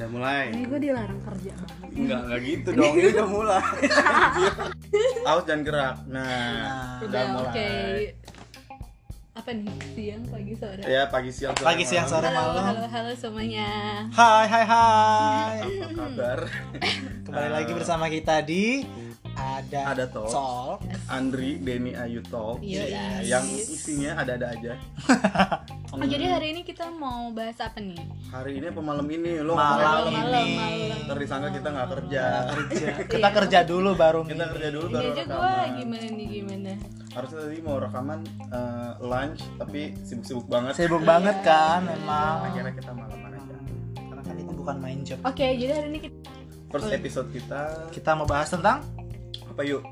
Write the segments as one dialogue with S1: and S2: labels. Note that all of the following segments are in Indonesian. S1: mulai
S2: Ini gue dilarang kerja banget.
S1: Enggak, enggak gitu dong. Ini udah mulai. Aus dan gerak. Nah, udah,
S2: Udah,
S1: mulai.
S2: oke. Apa nih? Siang, pagi, sore.
S1: Ya, pagi siang sore.
S3: Pagi, siang,
S1: malam.
S3: sore.
S2: Halo,
S3: malam.
S2: halo, halo semuanya.
S3: Hai hai hai.
S1: Apa kabar?
S3: Kembali lagi bersama kita di ada
S1: Ada Talks.
S3: Sol.
S1: Andri, Denny, Ayu Talk.
S2: Iya, iya.
S1: Yang isinya ada-ada aja.
S2: Oh, jadi hari ini kita mau bahas apa nih?
S1: Hari ini apa malam ini? Lo
S3: Malam
S2: Malam,
S3: ini
S2: malam.
S1: Ntar disangka kita nggak kerja.
S3: kerja. Kita kerja dulu baru
S1: Kita kerja dulu
S2: Ini
S1: baru
S2: aja gue
S1: rekaman.
S2: gimana nih, gimana?
S1: Harusnya tadi mau rekaman eh, lunch tapi sibuk-sibuk banget.
S3: Sibuk banget kan memang.
S1: Akhirnya kita malaman aja.
S3: Karena kan itu bukan main job.
S2: Oke, jadi hari ini kita
S1: First episode kita
S3: Kita mau bahas tentang
S1: apa yuk?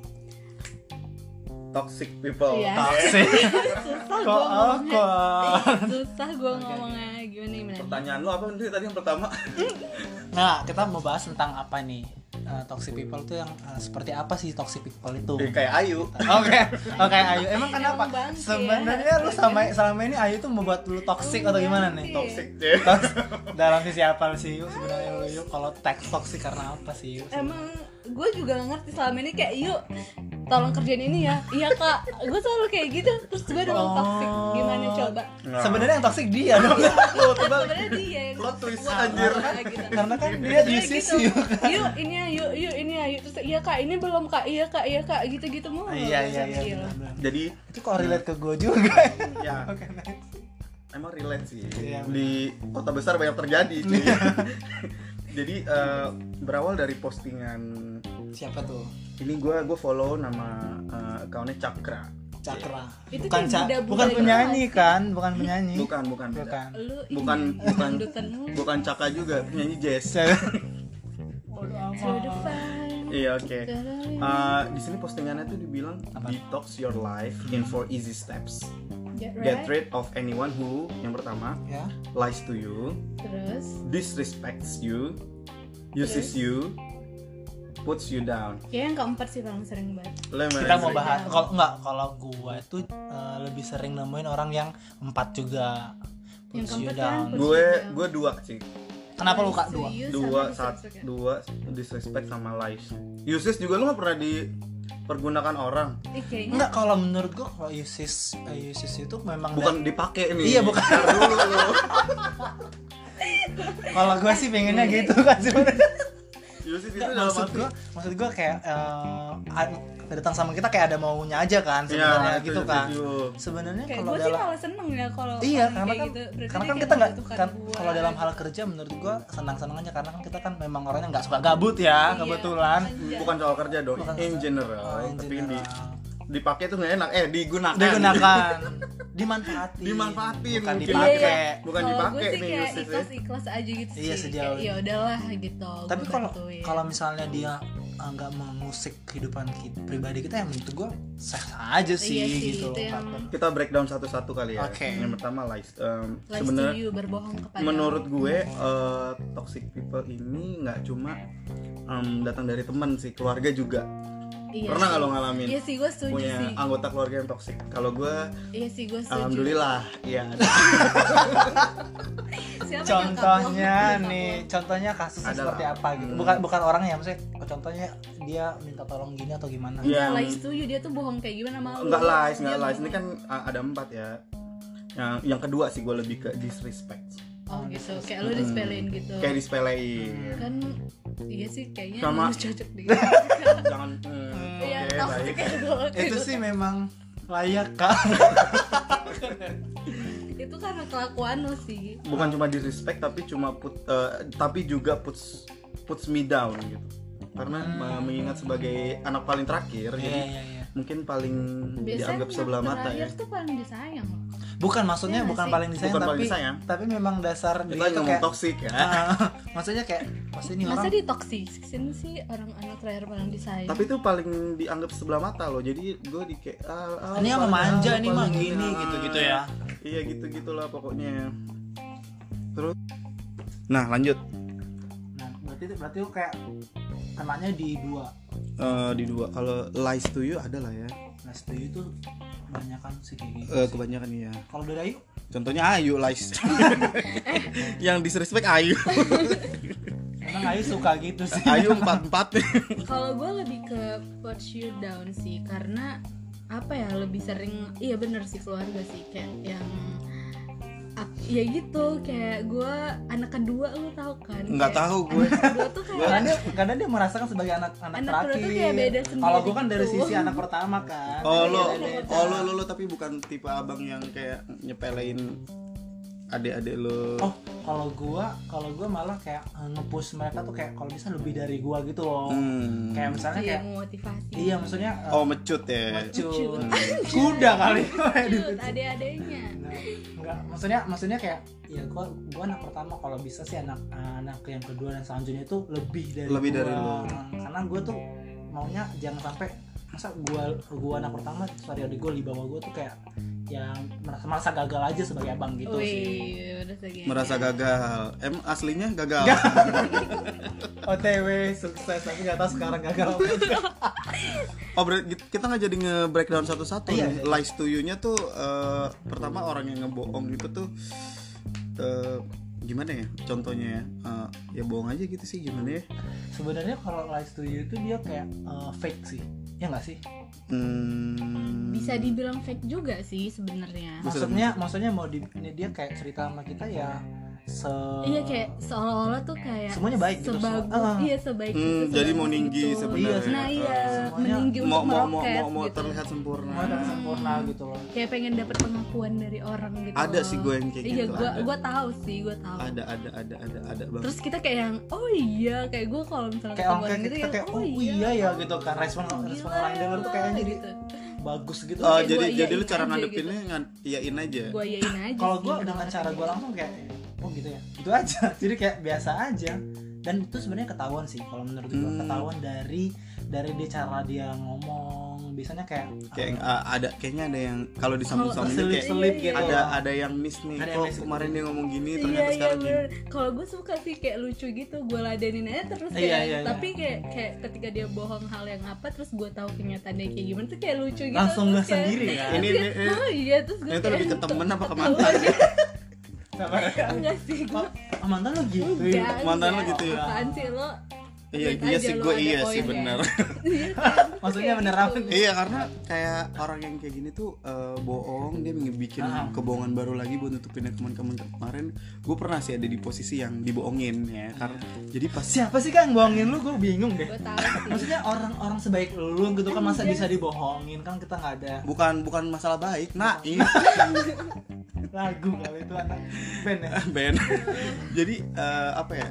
S1: Toxic people.
S2: Iya.
S3: toxic.
S2: susah gue
S3: Kok
S2: ngomongnya.
S3: awkward.
S2: Susah gue ngomongnya. Gimana,
S3: Iya.
S2: gimana?
S1: oh. Pertanyaan lo apa sih tadi yang pertama?
S3: Nah, kita mau bahas tentang apa nih? Eh, toxic people tuh yang eh, seperti apa sih toxic people itu?
S1: Eh,
S3: Oke,
S1: kayak Ayu.
S3: Iya. oke Ayu. Emang kenapa?
S2: Emang bangke.
S3: Sebenarnya lu sama selama ini Ayu tuh membuat lu toxic atau gimana nih?
S1: Toxic deh.
S3: Terus, dalam sisi apa sih yuk sebenarnya lu yuk kalau teks toxic karena apa sih yuk?
S2: Emang gue juga gak ngerti selama ini kayak yuk tolong kerjain ini ya iya kak gue selalu kayak gitu terus gue doang
S3: Oh.
S2: toxic gimana coba
S1: Nah.
S3: Sebenarnya yang toxic dia dong.
S1: Lo tebal.
S2: sebenarnya dia yang
S1: Plot twist,
S2: Wah,
S1: anjir.
S2: wah, gitu.
S3: karena kan dia di
S2: Iya,
S3: sisi
S2: gitu.
S3: yuk.
S2: yuk ini ya yuk yuk ini ya yuk terus iya kak ini belum kak iya kak iya kak gitu gitu mulu
S3: Iya iya iya.
S2: Gila.
S3: benar-benar.
S1: Jadi
S3: Itu kok relate ke gue juga.
S1: ya
S3: Oke, next.
S1: emang relate sih.
S3: Iya,
S1: Di kota besar banyak terjadi. cuy. Jadi eh, berawal dari postingan
S3: Siapa tuh?
S1: ini gue gue follow nama eh, accountnya Cakra.
S3: Cakra.
S2: Itu
S3: bukan
S2: kayak
S3: Ca-
S2: budak-budak
S3: bukan
S2: gitu.
S3: penyanyi kan? Bukan penyanyi. Iya kan?
S1: Bukan bukan beda.
S3: Bukan.
S2: lu ini,
S1: bukan bukan
S2: gendutan mulu.
S1: bukan Cakra juga penyanyi jazz.
S2: To the fire.
S1: Iya oke.
S3: Ah,
S1: Eh, di sini postingannya tuh dibilang
S3: Apa? Hmm.
S1: detox your life in four easy steps.
S2: Get
S1: Get
S2: right.
S1: rid of anyone who yang pertama
S3: ya.
S1: lies to you,
S2: terus
S1: disrespects you, uses you, puts you down.
S2: kayak yang keempat sih paling sering banget
S1: Lo yang mana
S3: Kita
S1: yang
S3: mau
S1: sering?
S3: bahas kalau enggak kalau gua itu eh, lebih sering nemuin orang yang empat juga.
S2: Yang
S3: Puts you
S2: keempat kan,
S3: down.
S2: puts-
S1: Gue gue dua sih.
S3: Kenapa lu kak dua?
S2: Serius,
S1: Dua
S2: sama
S1: saat
S2: disrespect.
S1: dua disrespect sama lies. Uses juga lo nggak pernah dipergunakan orang.
S2: Ih, kayaknya
S3: Enggak kalau menurut gua kalau usis eh, usis itu memang
S1: Bukan dipakai nih.
S3: Iya, bukan.
S1: Ntar dulu.
S3: kalau gua sih pengennya gitu kan sebenarnya.
S1: Uses itu
S3: Nggak,
S1: dalam
S3: maksud
S1: arti
S3: gua maksud gua kayak eh, ad- datang sama kita kayak ada maunya aja kan sebenarnya
S1: Iya,
S3: gitu
S1: itu
S3: kan.
S1: review.
S3: Sebenarnya
S2: kayak
S3: kalau
S2: gue sih
S3: dalam
S2: malah seneng ya kalau
S3: Iya
S2: orang
S3: karena
S2: kayak
S3: kan
S2: gitu. Berarti dia
S3: karena kan
S2: kayak
S3: kita nggak
S2: membutuhkan
S3: kan
S2: gua.
S3: kalau dalam hal kerja menurut gua senang senangannya karena kan kita kan memang orangnya nggak suka gabut ya
S2: Iya,
S3: kebetulan.
S2: anjay.
S1: Hmm. bukan soal kerja dong
S3: Bukan
S1: in
S3: soal-
S1: general
S3: Oh, in
S1: tapi
S3: general.
S1: di dipakai tuh nggak enak eh digunakan
S3: Digunakan, dimanfaatin,
S1: Dimanfaatin
S3: bukan
S1: mungkin.
S3: dipakai.
S2: Iya,
S1: bukan
S2: Kalau
S1: dipakai
S2: gue sih
S1: nih
S2: kayak
S1: uses ya.
S2: ikhlas ikhlas aja gitu
S3: Iya,
S2: sih
S3: sejauh
S2: Kayak, ya udahlah gitu
S3: Tapi
S2: gua
S3: kalau
S2: bantuin.
S3: kalau misalnya dia eh, nggak mengusik kehidupan kita, pribadi kita yang menurut gua sah aja sih,
S2: Iya sih,
S3: gitu
S2: itu yang-
S3: Pak.
S1: kita breakdown satu-satu kali ya
S3: Oke.
S1: yang pertama lies Em,
S2: lies
S1: sebenarnya
S2: to you berbohong kepada
S1: menurut gue eh, toxic people ini nggak cuma em, datang dari teman sih keluarga juga
S2: Iya
S1: pernah nggak
S2: sih.
S1: lo ngalamin
S2: Iya sih gue setuju
S1: punya
S2: sih
S1: anggota keluarga yang toxic kalau gue
S2: Iya sih gue setuju
S1: alhamdulillah ya ada,
S2: Siapa nyangka
S3: Contohnya
S2: bohong?
S3: nih, contohnya kasusnya
S1: Ada
S3: seperti
S1: lah.
S3: apa gitu.
S1: Hmm.
S3: Bukan bukan orangnya maksudnya contohnya dia minta tolong gini atau gimana.
S1: Iya.
S2: Nah,
S1: yang-
S2: lies to you dia tuh bohong kayak gimana sama lu
S1: nggak lies nggak
S2: Dia
S1: lies
S2: bohong.
S1: ini kan eh, ada empat ya yang yang kedua sih gue lebih ke disrespect
S2: Oh gitu, kayak lu disepelein gitu
S1: Hmm. kayak dispelein
S2: Kan iya sih kayaknya
S1: Sama-
S2: lu cocok deh
S1: jangan hmm, oke
S2: Iya,
S1: baik
S2: toxic
S3: itu sih memang layak kak
S2: itu karena kelakuan lo sih
S1: bukan cuma disrespect tapi cuma put eh, tapi juga puts puts me down gitu karena
S3: Hmm.
S1: eh, mengingat sebagai anak paling terakhir
S3: Iya,
S1: jadi mungkin paling dianggap sebelah
S2: yang
S1: mata ya
S2: terakhir tuh paling disayang loh
S3: bukan
S2: Iya
S3: maksudnya
S2: nggak
S3: bukan
S2: sih?
S3: paling disayang
S1: Bukan
S3: tapi
S1: paling disayang.
S3: tapi memang dasar
S1: kita
S3: dia
S1: lagi
S3: tuh
S1: ngomong
S3: kayak
S1: toxic ya
S3: Ah, maksudnya kayak pasti ini
S2: Masa
S3: orang
S2: di toksikin sih orang anak terakhir paling disayang
S1: tapi itu paling dianggap sebelah mata loh jadi gue di kayak ah, ah,
S3: ini
S1: paling-
S3: sama manja
S1: ah,
S3: nih mah
S1: paling-
S3: gini
S1: ah.
S3: gitu gitu ya
S1: iya gitu gitulah pokoknya terus nah lanjut
S3: nah berarti berarti lu kayak anaknya di dua
S1: Eh, di dua kalau lies to you ada lah ya
S3: nah setuju itu kebanyakan sih kayak gitu
S1: Eh, kebanyakan iya
S3: kalau dari Ayu
S1: Contohnya Ayu lies. yang disrespect Ayu.
S3: Ayu suka gitu sih.
S1: Ayu empat empat
S2: Kalau gue lebih ke pursue down sih karena apa ya lebih sering iya bener sih keluarga sih kayak yang ap- ya gitu kayak gue anak kedua lu tau kan
S1: nggak
S2: kayak
S1: tahu gue
S2: anak kedua tuh kayak
S3: Karena dia, karena dia merasakan sebagai anak anak,
S2: Anak kedua
S3: terakhir.
S2: tuh kayak beda sendiri
S3: Kalau gue kan dari
S2: gitu.
S3: sisi anak pertama kan.
S1: oh
S3: Jadi
S1: lo
S3: beda.
S1: oh lo lo, lo, tapi bukan tipe abang yang kayak nyepelein adik-adik lo
S3: Oh, kalau gua kalau gua malah kayak eh, nge-push mereka tuh kayak kalau bisa lebih dari gua gitu loh.
S1: Hmm.
S3: Kayak misalnya
S2: iya
S3: kayak
S2: memotivasi
S3: iya maksudnya eh,
S1: oh mecut ya
S3: mecut.
S2: Mecut.
S3: Kuda kali.
S2: Lanjut, adik-adiknya
S3: Nah, enggak maksudnya maksudnya kayak ya gua gua anak pertama kalau bisa sih anak anak yang kedua dan selanjutnya itu lebih dari
S1: Lebih
S3: gua.
S1: dari lu.
S3: karena gua tuh maunya jangan sampai masa gua gua anak pertama sorry adik gua di bawah gua tuh kayak yang merasa, merasa gagal aja sebagai abang gitu sih
S2: Wih, udah segini.
S1: merasa gagal em aslinya gagal
S3: OTW sukses tapi nggak tahu sekarang gagal apa enggak.
S1: oh ber- kita nggak jadi nge-breakdown satu-satu
S3: Iya,
S1: nih.
S3: iya.
S1: lies to you-nya tuh eh, pertama orang yang ngebohong itu tuh eh, gimana ya contohnya ya Eh, ya bohong aja gitu sih gimana ya
S3: sebenarnya kalau live studio itu dia kayak eh, fake sih ya nggak sih
S1: Hmm.
S2: bisa dibilang fake juga sih sebenarnya
S3: maksudnya maksudnya mau di ini dia kayak cerita sama kita ya se
S2: Iya kayak seolah-olah tuh kayak
S3: Semuanya baik gitu,
S2: sebagus,
S3: semua- ah.
S2: iya sebaik
S1: Hmm,
S2: itu,
S1: jadi mau
S2: sebagus
S1: ninggi
S2: itu.
S1: sebenarnya.
S2: Nah iya,
S3: Semuanya
S2: meninggi
S1: mau
S2: untuk
S1: mau mau
S2: meroket
S1: mau, mau
S2: gitu.
S1: terlihat sempurna
S3: mau datang sempurna gitu loh
S2: Kayak pengen dapet pengakuan dari orang gitu.
S1: Ada sih gue yang kayak
S2: Iya,
S1: gitu,
S2: gue
S1: ada.
S2: gue tahu sih, gue tahu.
S1: ada ada ada ada ada bang
S2: Terus kita kayak yang oh iya, kayak gue kalau misalnya
S3: kayak
S2: ketemu
S3: orang kayak
S2: gitu
S3: kita
S2: ya, "Oh iya
S3: kayak oh iya ya gitu kan respon respon orang yang denger tuh kayaknya jadi
S2: gitu.
S3: bagus gitu
S1: Oh,
S2: kayak
S1: jadi
S2: gua
S1: jadi lu
S2: iyain
S1: cara
S2: aja gitu.
S1: ngadepinnya ngan iyain aja
S2: Gue yain aja.
S3: kalau
S2: sih,
S3: gue dengan cara gue langsung kayak oh gitu ya gitu aja jadi kayak biasa aja dan itu sebenarnya ketahuan sih kalau menurut gue
S1: Hmm.
S3: ketahuan dari dari dia cara dia ngomong biasanya kayak
S1: kayak eh, ada kayaknya ada yang kalau disambung-sambungnya
S3: selip
S1: kayak
S3: selip
S2: Iya,
S3: gitu
S1: ada ada yang miss nih
S3: Ada yang
S1: kok
S3: miss.
S1: kemarin dia ngomong
S3: gitu,
S1: gini
S2: Iya
S1: ternyata
S2: iya
S1: sekarang gini
S2: bener. Kalau gue suka sih kayak lucu gitu, gue ladenin aja terus
S3: Iya,
S2: kayak.
S3: iya, iya.
S2: Tapi kayak kayak ketika dia bohong hal yang apa, terus gue tahu kenyataannya kayak gimana tuh kayak lucu gitu.
S3: langsung
S2: terus
S3: nggak
S2: kayak-
S3: sendiri kan
S1: ini ini, ini
S2: Oh iya terus gue.
S1: Nah, itu lebih ke temen apa ke
S2: ketawa
S1: mantan?
S2: aja.
S3: Sama kayak,
S2: Enggak iya." sih gue.
S3: "Oh, mantan lo gitu ya?"
S2: Enggak,
S1: Iya, mantan
S2: enggak.
S1: lo gitu ya?
S2: Apaan sih lo?
S1: iya
S2: Lihat
S1: iya
S2: aja
S1: sih
S2: lo
S1: gue
S2: ada
S1: iya sih
S2: poinnya.
S1: benar
S2: Iya kan?
S3: Maksudnya
S2: Kayak
S3: beneran.
S2: gitu.
S1: iya karena kayak orang yang kayak gini tuh eh, bohong dia bikin
S3: Ah.
S1: kebohongan baru lagi buat nutupin yang teman-teman kemarin gue pernah sih ada di posisi yang dibohongin ya karena jadi pas
S3: siapa sih kan bohongin lu gue bingung deh
S2: Gue tahu sih.
S3: maksudnya orang-orang sebaik lu gitu kan masa
S2: Iya.
S3: bisa dibohongin kan kita nggak ada
S1: bukan bukan masalah baik nah
S3: lagu kali itu anak band ya
S1: Ben. Jadi eh, apa ya?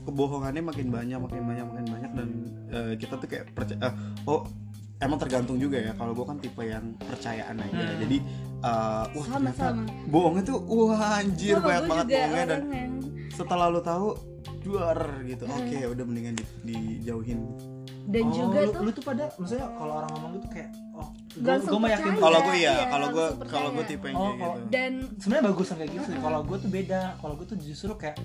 S1: Kebohongannya makin banyak, makin banyak, makin banyak dan eh, kita tuh kayak percaya eh, oh emang tergantung juga ya. Kalau gue kan tipe yang percayaan aja.
S3: Hmm.
S1: Jadi eh, wah
S2: Sama,
S1: ternyata
S2: sama.
S1: bohongnya tuh wah anjir
S2: Sama,
S1: banyak
S2: gua
S1: banget
S2: juga
S1: bohongnya dan
S2: orang yang-
S1: setelah lu tahu duar gitu.
S2: Hmm.
S1: Oke, udah mendingan di- dijauhin.
S2: Dan
S3: Oh,
S2: juga
S3: lu,
S2: tuh
S3: lu tuh pada maksudnya kalau orang ngomong gitu kayak oh gue
S2: Langsung
S3: gue meyakinkan
S2: percaya.
S1: Kalau gue iya,
S2: iya,
S1: kalau gue
S2: langsung
S1: kalau gue
S2: percaya.
S1: tipe yang
S3: Oh,
S1: kayak
S3: kalau-
S1: gitu.
S2: dan
S3: sebenarnya bagus kayak gitu sih kalau gue tuh beda kalau gue tuh justru kayak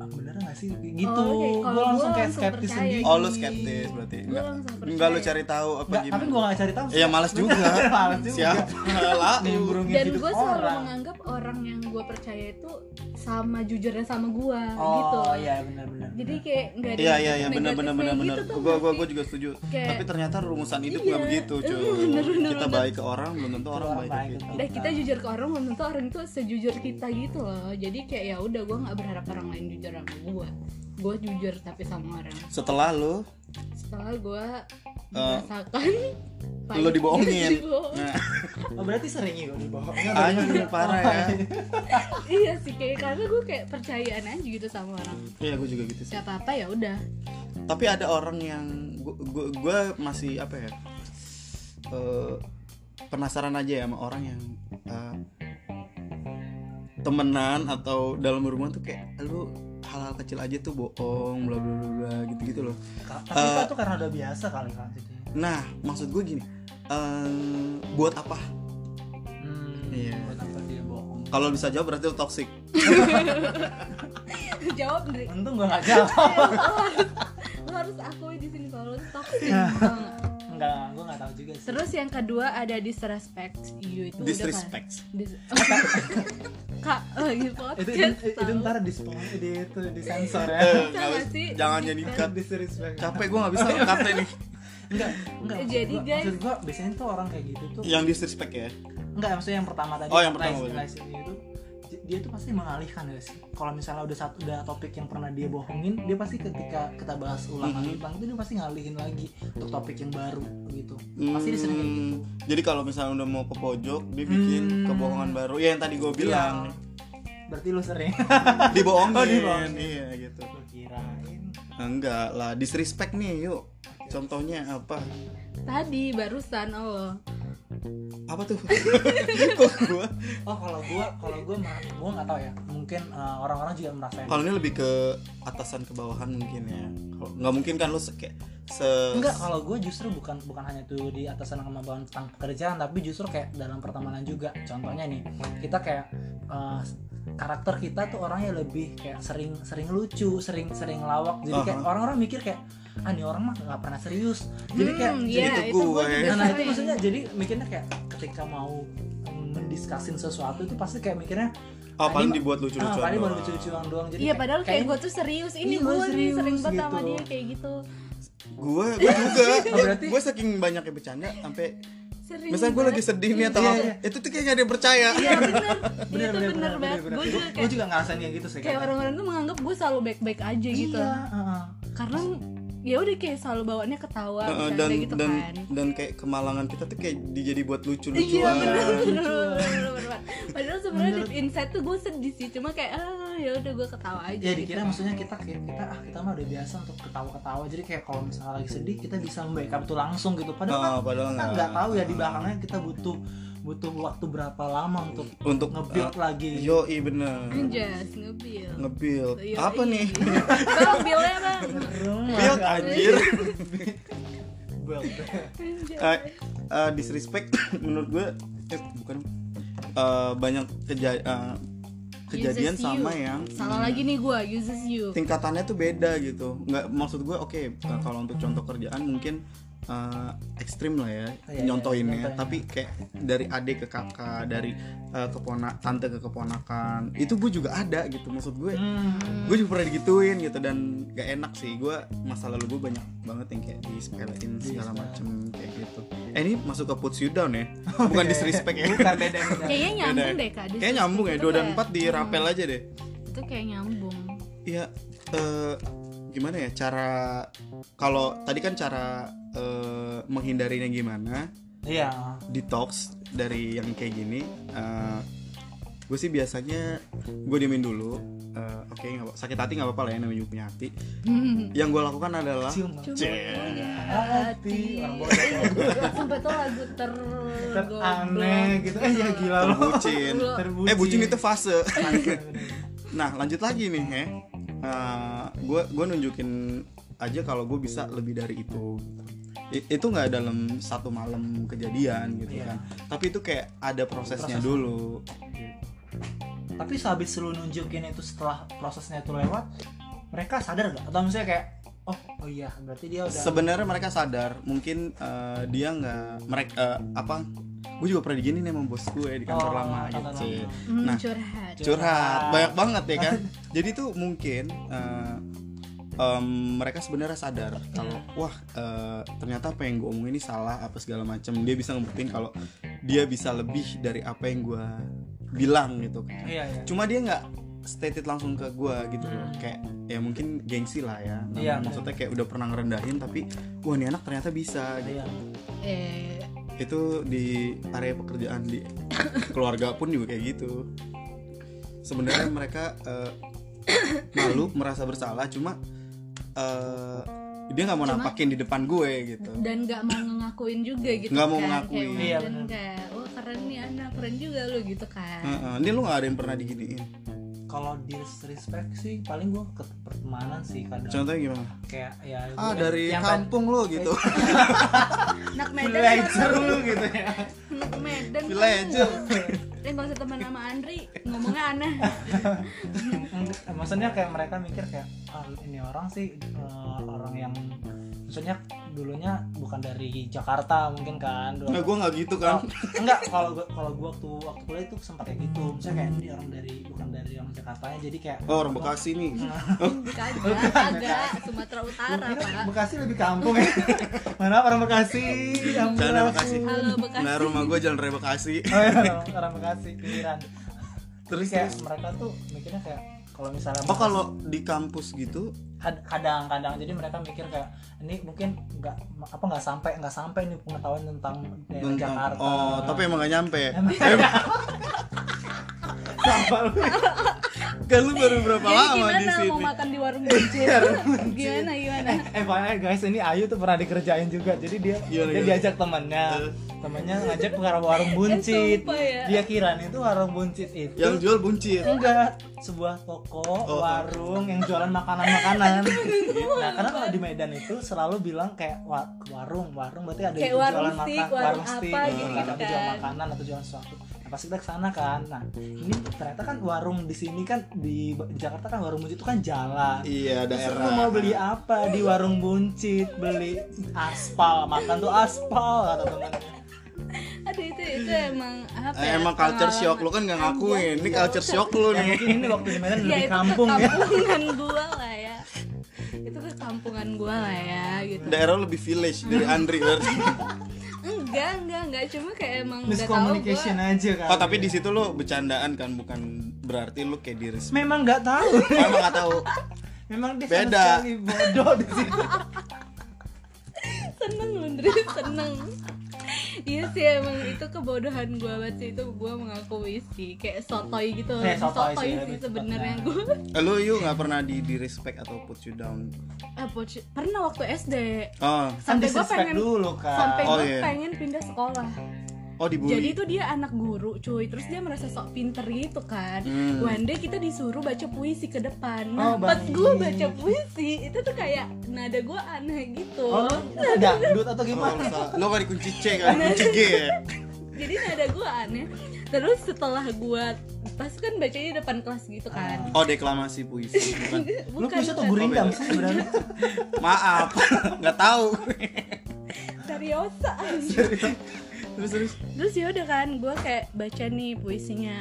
S3: ah, bener nggak sih gitu
S2: Oh, oke. Kalau
S3: gue langsung
S2: gua
S3: kayak
S2: langsung
S3: skeptis
S2: percaya.
S3: sendiri
S1: Oh, lu skeptis berarti.
S2: Gua
S1: Enggak,
S2: langsung percaya.
S1: enggak lu cari tahu apa
S3: Nggak, tapi
S1: gimana?
S3: gue gak cari tahu
S1: Ya males juga.
S3: males juga
S1: Siapa lah iya, lu?
S3: Nimbrungin
S2: dan
S1: gitu
S3: hidup
S2: gue selalu
S3: orang.
S2: menganggap orang yang gue percaya itu sama jujurnya sama gue gitu
S3: oh iya benar-benar
S2: jadi kayak nggak ada
S1: Iya iya iya benar
S2: negatif-negatifnya
S1: benar benar benar.
S2: gitu tuh,
S1: Gua gua
S2: ngerti?
S1: gua juga setuju.
S2: Kayak-
S1: Tapi ternyata rumusan hidup
S2: Iya,
S1: nggak begitu, cuy.
S2: bener, bener, bener.
S1: kita baik ke orang belum tentu orang
S3: orang
S1: baik ke
S3: baik
S1: kita.
S3: gitu.
S2: dan kita jujur ke orang belum tentu orang itu sejujur kita gitu loh jadi kayak ya udah gue nggak berharap orang lain jujur sama gue gue jujur tapi sama orang
S1: Setelah lu
S2: setelah gue
S1: Eh,
S2: merasakan
S1: lu
S2: pahitnya
S1: dibohongin.
S2: dibohong.
S1: Nah,
S3: oh berarti sering ya gue dibohong
S1: anjir parah ya.
S2: iya sih kayak karena gue kayak percayaan aja gitu sama orang
S1: Iya, gua juga gitu sih.
S2: siapa apa ya udah
S1: Tapi ada orang yang gua gua, gua masih apa ya? eh, penasaran aja ya sama orang yang eh, temenan atau dalam rumah tuh kayak lu hal-hal kecil aja tuh bohong bla bla bla, bla gitu-gitu loh.
S3: tapi
S1: Eh,
S3: itu tuh karena udah biasa kali kan jadi
S1: Nah, maksud gue gini, eh, buat apa?
S3: hmm,
S1: Iya.
S3: kenapa dia bohong
S1: Kalau bisa jawab berarti lo toxic.
S2: jawab dari
S3: untung gue gak jawab
S2: lo harus akui di sini kalau lo toxic banget.
S3: enggak gue nggak tahu juga sih
S2: Terus yang kedua ada disrespect you itu udah kan?
S1: disrespect
S2: Dis- Kak, lagi podcast.
S3: itu, itu, itu
S2: tau.
S3: ntar di spawn- di itu di sensor ya
S2: Bisa nggak sih?
S1: Eh, jangan jadi cut
S3: disrespect
S1: capek gue nggak bisa cutnya nih
S3: enggak enggak maksud
S2: Eh, Jadi,
S3: gua-
S2: guys-
S3: maksud gua biasanya tuh orang kayak gitu tuh
S1: yang disrespect ya
S3: enggak maksudnya yang pertama tadi
S1: Oh, yang pertama,
S3: lies-
S1: bener.
S3: lies ini itu j- dia tuh pasti mengalihkan ya sih kalau misalnya udah satu udah topik yang pernah dia bohongin dia pasti ketika kita bahas ulang
S1: Hmm.
S3: lagi bang itu dia pasti ngalihin lagi untuk topik yang baru gitu pasti dia sering kayak gitu
S1: Hmm, jadi kalau misalnya udah mau ke pojok dia bikin
S3: Hmm.
S1: kebohongan baru ya yang tadi gue bilang
S3: Iya. berarti lu sering
S1: dibohongin,
S3: Oh, dibohongin.
S1: iya gitu
S3: Gua kirain
S1: enggak lah disrespect nih yuk contohnya apa
S2: Tadi barusan oh.
S1: apa tuh Gitu. Kok gua
S3: oh kalau gua kalau gua mah gua nggak tahu ya mungkin eh, orang-orang juga merasa
S1: kalau ini lebih ke atasan ke bawahan mungkin ya kalau nggak mungkin kan lu se kayak se-
S3: Enggak, kalau gue justru bukan bukan hanya tuh di atasan sama bawahan tentang pekerjaan, tapi justru kayak dalam pertemanan juga. Contohnya nih, kita kayak eh, karakter kita tuh orangnya lebih kayak sering sering lucu, sering sering lawak. Jadi kayak
S1: Aha.
S3: orang-orang mikir kayak ah nih orang mah nggak pernah serius. Jadi kayak
S2: Hmm,
S1: jadi ya.
S2: iya,
S1: tuh
S2: gua
S1: gue.
S2: juga
S3: nah, nah, itu
S2: sering.
S3: maksudnya jadi mikirnya kayak ketika mau mendiskasin sesuatu itu pasti kayak mikirnya
S1: oh,
S3: tadi
S1: paling
S3: mah-
S1: dibuat lucu-lucuan
S3: ah paling baru
S1: doang.
S3: lucu-lucuan doang. Jadi
S2: Iya padahal kayak gue tuh serius ini
S3: Iya, gua
S2: gue nih
S3: serius
S2: sering banget sama
S3: gitu.
S2: dia kayak gitu
S1: gue gue juga
S3: Oh, berarti-
S1: gue saking banyaknya bercanda sampai
S2: Serius
S1: misalnya gue lagi
S2: banget.
S1: sedih nih atau
S3: Iya,
S1: apa
S3: iya.
S1: itu tuh kayak gak ada yang percaya
S2: Iya bener Iya
S3: bener
S2: itu
S3: bener
S2: bener banget Gue juga
S3: Gue
S2: kayak
S3: juga ngerasain kayak gitu sih.
S2: Kayak
S3: kadang.
S2: orang-orang tuh menganggap gue selalu baik-baik aja gitu
S3: Iya, heeh.
S2: Karena ya udah kayak selalu bawaannya ketawa
S1: Heeh,
S2: bercanda
S1: dan
S2: gitu
S1: dan
S2: kan
S1: dan kayak kemalangan kita tuh kayak dijadi buat
S2: Iya
S1: lucu-lucuan
S2: bener bener, bener,
S3: lucuan.
S2: bener, bener, bener. Padahal sebenarnya deep inside tuh gue sedih sih Cuma kayak ah ya udah gue ketawa aja
S3: ya
S2: gitu
S3: dikira maksudnya kita kayak kita ah kita mah udah biasa untuk ketawa-ketawa jadi kayak kalau misalnya lagi sedih kita bisa membackup itu langsung gitu
S1: Ah,
S3: padahal kan
S1: padahal
S3: kita
S1: nggak.
S3: nggak tahu ya di belakangnya kita butuh butuh waktu berapa lama untuk
S1: untuk
S3: nge-build lagi
S1: yo i bener
S2: Anjas iya, ngebil
S1: ngebil
S2: Yoi.
S1: apa nih
S2: Bang bilnya bang
S1: build
S2: Iya.
S1: anjir
S3: Build.
S2: Anjas.
S1: Eh, eh, disrespect menurut gue eh, bukan Eh, banyak keja- eh, kejadian
S2: Uses
S1: sama
S2: you.
S1: yang
S2: Iya, Salah lagi nih gue uses you
S1: tingkatannya tuh beda gitu nggak maksud gue oke eh, kalau untuk contoh kerjaan mungkin eh, ekstrim lah ya
S3: Iya, iya,
S1: nyontoinnya
S3: nyontoinnya.
S1: tapi kayak dari adik ke kakak dari eh, kepona tante ke keponakan itu gue juga ada gitu maksud gue
S3: Hmm.
S1: gue juga pernah digituin gitu dan gak enak sih gue masa lalu gue banyak banget yang kayak disepelein
S3: Iya,
S1: segala macem kayak gitu eh ini masuk ke puts you down ya
S3: Oh,
S1: bukan
S3: iya.
S1: disrespect ya
S3: bukan beda beda
S2: Kayaknya nyambung
S1: Beda
S2: deh
S1: ya?
S2: kak
S1: kayak nyambung ya
S2: Itu
S1: 2 dan 4
S2: kayak-
S1: di rapel aja deh
S2: Itu kayak nyambung
S1: Iya, eh, gimana ya cara kalau tadi kan cara eh, menghindarinya gimana?
S3: iya
S1: Detox dari yang kayak gini. gue sih biasanya gue diemin dulu. Eh, Oke, nggak apa- sakit hati nggak apa-apa lah ya namanya juga punya hati. Yang gue lakukan adalah
S3: cium
S2: Cuma
S1: Cek.
S2: punya
S3: hati
S2: hati
S3: orang bodoh
S2: Sampai tuh lagu ter
S3: teraneh gitu eh ya gila lo
S1: terbucin.
S3: Terbucin.
S1: Eh, bucin itu fase. Nah, lanjut lagi nih ya. gue gue nunjukin aja kalau gue bisa lebih dari itu. I- itu nggak dalam satu malam kejadian gitu
S3: Iya.
S1: kan. Tapi itu kayak ada prosesnya
S3: Proses.
S1: dulu.
S3: Iya. tapi sehabis lu nunjukin itu setelah prosesnya itu lewat mereka sadar nggak atau misalnya kayak oh oh iya berarti dia udah
S1: Sebenarnya mereka sadar, mungkin eh, dia nggak mereka eh, apa? Gue juga pernah digini nih sama bos gue di kantor
S3: Oh,
S1: lama
S3: kantor
S1: kan gitu.
S3: lama.
S1: Nah,
S2: Hmm, curhat
S1: curhat
S3: Curhat.
S1: banyak banget ya kan jadi tuh mungkin eh, em, mereka sebenarnya sadar kalau
S3: Hmm.
S1: wah eh, ternyata apa yang gue omongin ini salah apa segala macam dia bisa ngebuktiin kalau dia bisa lebih dari apa yang gue bilang gitu kan
S3: iya iya
S1: cuma dia nggak stated langsung ke gue gitu loh kayak ya mungkin gengsi lah ya Nah,
S3: Hmm. Iya,
S1: maksudnya kayak udah pernah ngerendahin tapi wah ini anak ternyata bisa gitu.
S3: iya
S2: Eh
S1: itu di area pekerjaan di keluarga pun juga kayak gitu sebenarnya mereka eh, malu merasa bersalah cuma eh, dia nggak mau
S2: Cuma-
S1: nampakin di depan gue gitu
S2: dan gak mau ngakuin juga gitu
S1: Nggak mau
S2: kan.
S1: ngakuin.
S2: Kayak
S3: Iya,
S2: dan
S3: bener.
S2: kayak wah keren nih anak keren juga lo gitu kan
S1: Heeh, ini lu nggak ada yang pernah diginiin
S3: kalau disrespect sih paling gue ke pertemanan sih kadang
S1: contohnya gimana
S3: kayak ya
S1: ah
S3: gua-
S1: dari
S3: yang
S1: kampung lu gitu
S2: nak
S3: tadi-
S2: medan
S3: Villager
S2: kan,
S3: lu gitu ya
S2: nak medan kan.
S1: villager
S2: Eh gak usah teman sama Andri Ngomongnya aneh
S3: Mm, maksudnya kayak mereka mikir kayak "Ah, ini orang sih eh, orang yang maksudnya dulunya bukan dari Jakarta mungkin kan dulu
S1: Nah, gue nggak gitu kan.
S3: Kalau- enggak kalau gua kalau gua waktu waktu kuliah itu sempat kayak gitu misalnya kayak ini orang dari bukan dari orang Jakarta ya jadi kayak
S1: Oh, orang Bekasi nih.
S2: kagak kagak Sumatera Utara
S3: Mungkin
S2: pak
S3: Bekasi lebih kampung ya mana orang Bekasi Ya ampun
S1: Jalan
S3: aku.
S1: Bekasi.
S2: halo Bekasi
S1: Nah, rumah gue jalan Raya Bekasi.
S3: Oh iya, orang- orang Bekasi pinggiran
S1: Terus
S3: terus kayak mereka tuh mikirnya kayak kalau misalnya
S1: Oh kalau di kampus gitu,
S3: Kad- kadang-kadang jadi mereka mikir kayak ini mungkin nggak apa nggak sampai nggak sampai nih pengetahuan tentang daerah
S1: tentang
S3: Jakarta
S1: oh tapi emang gak nyampe.
S3: Emang-
S1: Kan lu baru berapa
S2: jadi
S1: lama di
S2: gimana mau
S1: sini? Iya.
S2: makan di warung buncit gimana gimana
S3: eh by the way, guys ini Ayu tuh pernah dikerjain juga jadi dia
S1: Iya,
S3: dia
S1: iya.
S3: diajak temannya temannya ngajak ke warung buncit
S2: Eh, sumpah ya.
S3: dia kirain itu warung buncit itu
S1: Yang Oh, jual buncit.
S3: enggak sebuah toko warung yang jualan makanan-makanan nah karena kalau di Medan itu selalu bilang kayak wa- warung warung berarti ada
S2: Kayak
S3: yang
S2: warung
S3: jualan
S2: stick,
S3: makan
S2: warung apa
S3: stick,
S2: gitu
S3: ada
S2: kan.
S3: jual makanan atau jualan sesuatu nah pasti kita kesana kan nah ini ternyata kan warung di sini kan di, di Jakarta kan warung buncit itu kan jalan
S1: Iya
S3: Terus
S1: daerah.
S3: lu mau beli apa di warung buncit beli aspal makan tuh aspal kata Ya, temennya
S2: aduh itu itu emang apa
S1: Eh,
S2: ya,
S1: emang culture shock lu kan gak
S2: pengalaman.
S1: ngakuin. Ini culture shock lu
S3: ya
S1: nih.
S3: mungkin ini waktu di Medan
S2: Ya,
S3: lebih
S2: itu
S3: kampung ya
S2: kekampungan gua lah ya itu kekampungan gua lah ya gitu
S1: Daerah lu lebih village dari Andri berarti.
S2: enggak enggak enggak cuma kayak emang nggak tahu
S3: miscommunication
S2: gua
S3: aja kan
S1: Oh tapi di situ lu bercandaan kan bukan berarti lu kayak diri sendiri.
S3: memang nggak tahu
S1: Gua emang gak tahu.
S3: Memang dia
S1: Beda.
S3: sama sekali bodoh di situ.
S2: seneng Lundri seneng Iya sih emang itu kebodohan gua banget sih itu gua mengakui sih kayak sotoy gitu
S3: Eh, sotoy sih,
S2: sih
S3: lebih
S2: sebenarnya
S3: tepatnya.
S1: Eh,
S2: gua
S1: Lu yuk gak pernah di di respect atau put you down.
S2: Eh, poci- pernah waktu SD
S1: Oh,
S2: sampai gua
S3: Kan Disrespect
S2: pengen
S3: dulu kan.
S2: sampai
S1: Oh,
S2: gua
S1: iya.
S2: pengen pindah sekolah
S1: oh dibully.
S2: jadi itu dia anak guru cuy terus dia merasa sok pinter gitu kan
S1: Hmm.
S2: one day kita disuruh baca puisi ke depan
S3: Oh,
S2: nah pas
S3: baik.
S2: gue baca puisi itu tuh kayak nada gue aneh gitu
S3: Oh, lu dangdut atau
S1: Oh,
S3: gimana?
S1: lu salah. lu kan dikunci C kan, kunci G ya.
S2: jadi nada gue aneh terus setelah gue pas kan bacanya depan kelas gitu kan
S1: Oh deklamasi puisi bukan.
S3: Ah. Lu
S2: bukan
S3: bisa tuh
S2: bukan.
S3: gurindam kan, sih sebenarnya.
S1: Maaf, nggak tahu.
S2: Seriosa.
S1: Terus terus.
S2: terus ya udah kan gue kayak baca nih puisinya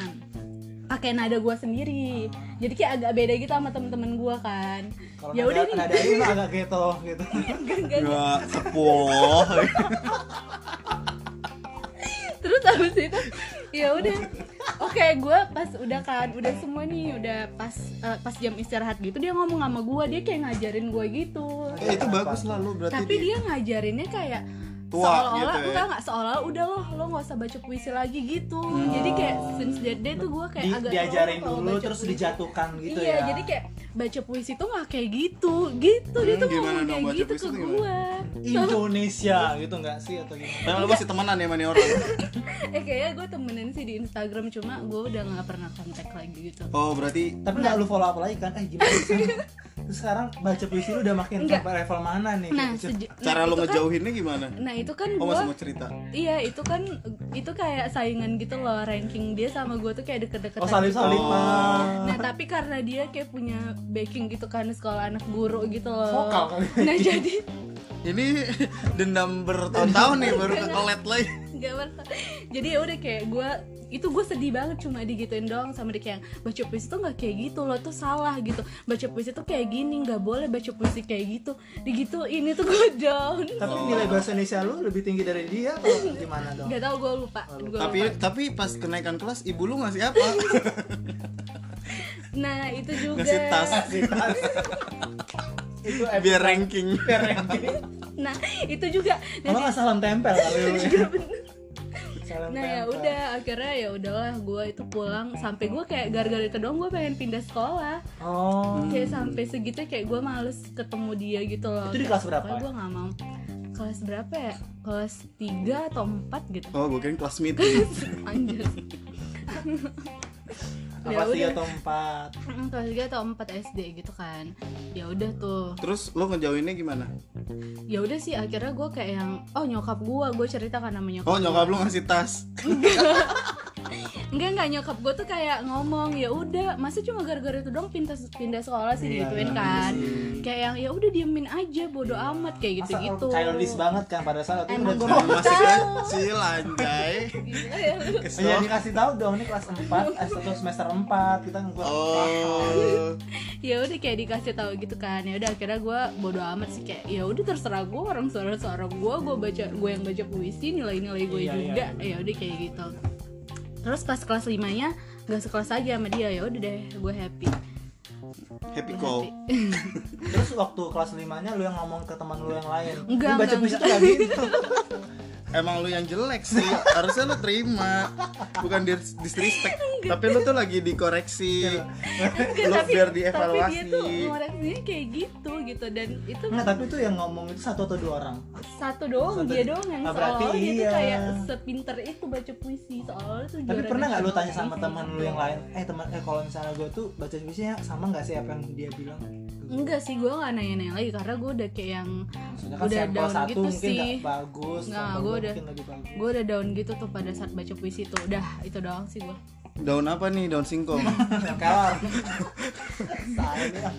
S2: pakai nada gue sendiri jadi kayak agak beda gitu sama temen-temen gue kan
S3: Ah. Kalau
S2: ya udah nih Iya,
S3: nada- nada Ayu mah agak ghetto gitu.
S2: Enggak, enggak, enggak.
S1: Gak sepuh.
S2: terus abis itu ya udah oke gue pas udah kan udah semua nih udah pas eh, pas jam istirahat gitu dia ngomong sama gue dia kayak ngajarin gue gitu
S1: Eh, itu bagus lah lu berarti.
S2: tapi
S1: di-
S2: dia ngajarinnya kayak
S1: Tua
S2: seolah-olah
S1: gitu ya.
S2: enggak enggak seolah-olah udah loh lo nggak usah baca puisi lagi gitu
S1: Hmm.
S2: jadi kayak since that day tuh gue kayak
S3: Di-
S2: agak
S3: diajarin
S2: tolol kalau
S3: dulu
S2: baca
S3: terus
S2: puisi.
S3: dijatuhkan gitu
S2: iya
S3: ya.
S2: jadi kayak baca puisi tuh nggak kayak gitu gitu dia
S1: Hmm,
S2: tuh
S1: gimana
S2: ngomong
S1: dong
S2: kayak
S1: baca
S2: gitu
S1: puisi
S2: ke
S1: tuh
S2: gue
S3: Indonesia gitu enggak sih atau gimana?
S1: Memang lu masih temenan ya sama nih orang.
S2: eh kayaknya gue temenin sih di Instagram cuma gue udah nggak pernah kontak lagi gitu
S1: Oh berarti
S3: Tapi enggak lu follow up lagi kan? Eh gimana? Terus sekarang baca puisi lu udah makin
S2: Enggak.
S3: sampai level mana nih? Gitu.
S2: nah seje-
S1: Iya, cara
S2: nah,
S1: lu
S2: itu kan-
S1: ngejauhinnya gimana?
S2: nah itu kan
S1: Oh
S2: gue
S1: masih mau cerita.
S2: iya itu kan itu kayak saingan gitu loh ranking dia sama gue tuh kayak deket-deketan
S3: Oh salib
S2: gitu.
S3: saliman.
S2: Nah tapi karena dia kayak punya backing gitu kan sekolah anak guru gitu loh.
S3: Vokal kali.
S2: Nah jadi
S1: Ini dendam bertahun-tahun nih baru kekelet lagi.
S2: nggak merasa. Jadi ya udah kayak gue itu gue sedih banget cuma digituin doang sama dia kayak baca puisi tuh nggak kayak gitu loh tuh salah gitu baca puisi tuh kayak gini nggak boleh baca puisi kayak gitu digitu ini tuh gue down
S3: Tapi nilai bahasa Indonesia lu lebih tinggi dari dia atau gimana dong?
S2: nggak tau gue lupa Gua
S1: Tapi
S2: lupa.
S1: tapi pas kenaikan kelas ibu lu ngasih apa?
S2: nah itu juga
S1: ngasih tas
S3: Itu
S1: Eh, biar ranking.
S2: nah itu juga Nah,
S3: Kalau nggak salam tempel kali lu. Salam
S2: Nah ya
S3: tempel.
S2: udah akhirnya ya udahlah gue itu pulang sampai gue kayak gara-gara itu doang gue pengen pindah sekolah
S3: Oh.
S2: kayak sampai segitu kayak gue males ketemu dia gitu loh.
S3: Itu di kelas berapa?
S2: Gue nggak mau. Kelas berapa ya? Kelas 3 atau 4 gitu.
S1: Oh bukan kelas meeting.
S2: Anjir.
S3: Apa
S2: Ya
S3: sih
S2: udah.
S3: atau empat?
S2: Mm, Kelas 3 atau 4 SD gitu kan. Ya udah tuh.
S1: Terus lu ngejauhinnya gimana?
S2: Ya udah sih akhirnya kan gue kayak yang oh nyokap gue, gue ceritakan sama nyokap.
S1: Oh nyokap lu ngasih tas.
S2: enggak enggak nyokap gue tuh kayak ngomong ya udah masa cuma gara-gara itu dong pindah pindah sekolah sih
S3: Iya,
S2: gituin
S3: iya
S2: kan kayak yang ya udah diemin aja bodo amat kayak gitu
S3: Masa
S2: gitu
S3: childish banget kan pada saat itu
S2: Emang
S3: udah
S2: gua-
S3: tua.
S1: masih kecil anjay
S2: Gila ya lu.
S1: Kesel.
S3: Iya dikasih tahu dong ini kelas 4 eh, satu semester 4 kita ngebuat
S1: oh
S2: ya udah kayak dikasih tahu gitu kan ya udah akhirnya gue bodo amat sih kayak ya udah terserah gue orang suara-suara gue gue baca gue yang baca puisi nilai-nilai gue
S3: Iya, iya,
S2: juga ya udah kayak gitu terus pas kelas limanya nggak sekelas aja sama dia ya udah deh gue happy
S1: happy
S2: Gue
S1: call
S2: happy.
S3: Terus waktu kelas 5-nya lu yang ngomong ke teman lu yang lain.
S2: Enggak,
S3: "Lu baca
S2: enggak,
S3: puisi tuh kayak gitu.
S1: emang lu yang jelek sih harusnya lu terima bukan dis disrespect tapi lu tuh lagi dikoreksi
S2: Enggak,
S1: lu
S2: tapi-
S1: biar
S2: tapi dia
S1: dievaluasi
S2: tuh ngoreksinya kayak gitu gitu dan itu
S3: Enggak, tapi tuh yang ngomong itu satu atau dua orang.
S2: satu doang
S3: Satu-
S2: dia doang yang
S3: Ah, berarti
S2: seolah-olah dia tuh
S3: iya.
S2: kayak sepinter itu baca puisi seolah tuh
S3: Tapi
S2: juara
S3: pernah nggak lu
S2: nasional
S3: tanya sama
S2: puisi.
S3: teman lu yang lain? Eh teman eh kalau misalnya gue tuh baca puisinya sama nggak sih apa yang dia bilang?
S2: enggak sih gue gak nanya-nanya lagi karena gue udah kayak yang
S3: Maksudnya kan
S2: Udah
S3: sampel
S2: down
S3: satu
S2: gitu
S3: mungkin nggak
S2: sih.
S3: bagus,
S2: Nggak, gua
S3: sampel dua
S2: udah-
S3: mungkin lebih bagus.
S2: gue udah down gitu tuh pada saat baca puisi tuh udah itu doang sih gue
S1: daun apa nih daun singkong
S3: Kelor. Salah. ya.